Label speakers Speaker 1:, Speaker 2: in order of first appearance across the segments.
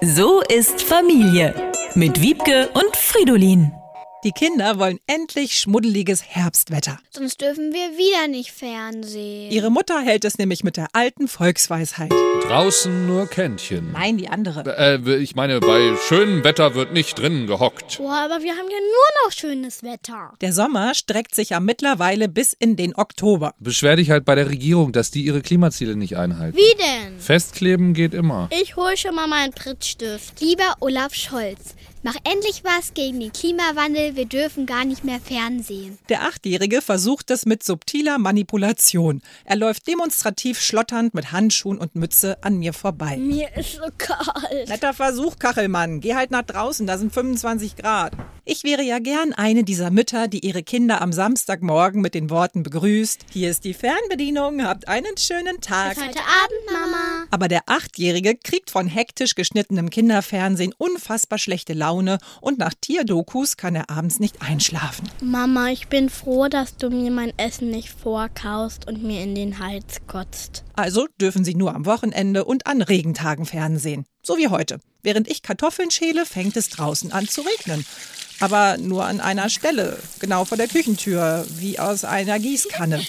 Speaker 1: So ist Familie mit Wiebke und Fridolin.
Speaker 2: Die Kinder wollen endlich schmuddeliges Herbstwetter.
Speaker 3: Sonst dürfen wir wieder nicht Fernsehen.
Speaker 2: Ihre Mutter hält es nämlich mit der alten Volksweisheit.
Speaker 4: Draußen nur Kännchen.
Speaker 2: Nein, die andere.
Speaker 4: Äh, ich meine, bei schönem Wetter wird nicht drinnen gehockt.
Speaker 3: Boah, aber wir haben ja nur noch schönes Wetter.
Speaker 2: Der Sommer streckt sich ja mittlerweile bis in den Oktober.
Speaker 4: Beschwer dich halt bei der Regierung, dass die ihre Klimaziele nicht einhalten.
Speaker 3: Wie denn?
Speaker 4: Festkleben geht immer.
Speaker 3: Ich hol schon mal meinen Prittstift.
Speaker 5: Lieber Olaf Scholz, mach endlich was gegen den Klimawandel. Wir dürfen gar nicht mehr fernsehen.
Speaker 2: Der Achtjährige versucht es mit subtiler Manipulation. Er läuft demonstrativ schlotternd mit Handschuhen und Mütze an mir vorbei.
Speaker 3: Mir ist so kalt.
Speaker 2: Netter Versuch, Kachelmann. Geh halt nach draußen, da sind 25 Grad. Ich wäre ja gern eine dieser Mütter, die ihre Kinder am Samstagmorgen mit den Worten begrüßt. Hier ist die Fernbedienung, habt einen schönen Tag.
Speaker 3: Bis heute Abend, Mama.
Speaker 2: Aber der Achtjährige kriegt von hektisch geschnittenem Kinderfernsehen unfassbar schlechte Laune und nach Tierdokus kann er abends nicht einschlafen.
Speaker 3: Mama, ich bin froh, dass du mir mein Essen nicht vorkaust und mir in den Hals kotzt.
Speaker 2: Also dürfen sie nur am Wochenende und an Regentagen fernsehen. So wie heute. Während ich Kartoffeln schäle, fängt es draußen an zu regnen. Aber nur an einer Stelle, genau vor der Küchentür, wie aus einer Gießkanne.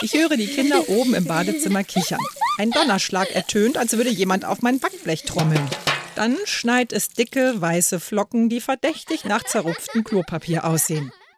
Speaker 2: Ich höre die Kinder oben im Badezimmer kichern. Ein Donnerschlag ertönt, als würde jemand auf mein Backblech trommeln. Dann schneit es dicke, weiße Flocken, die verdächtig nach zerrupftem Klopapier aussehen.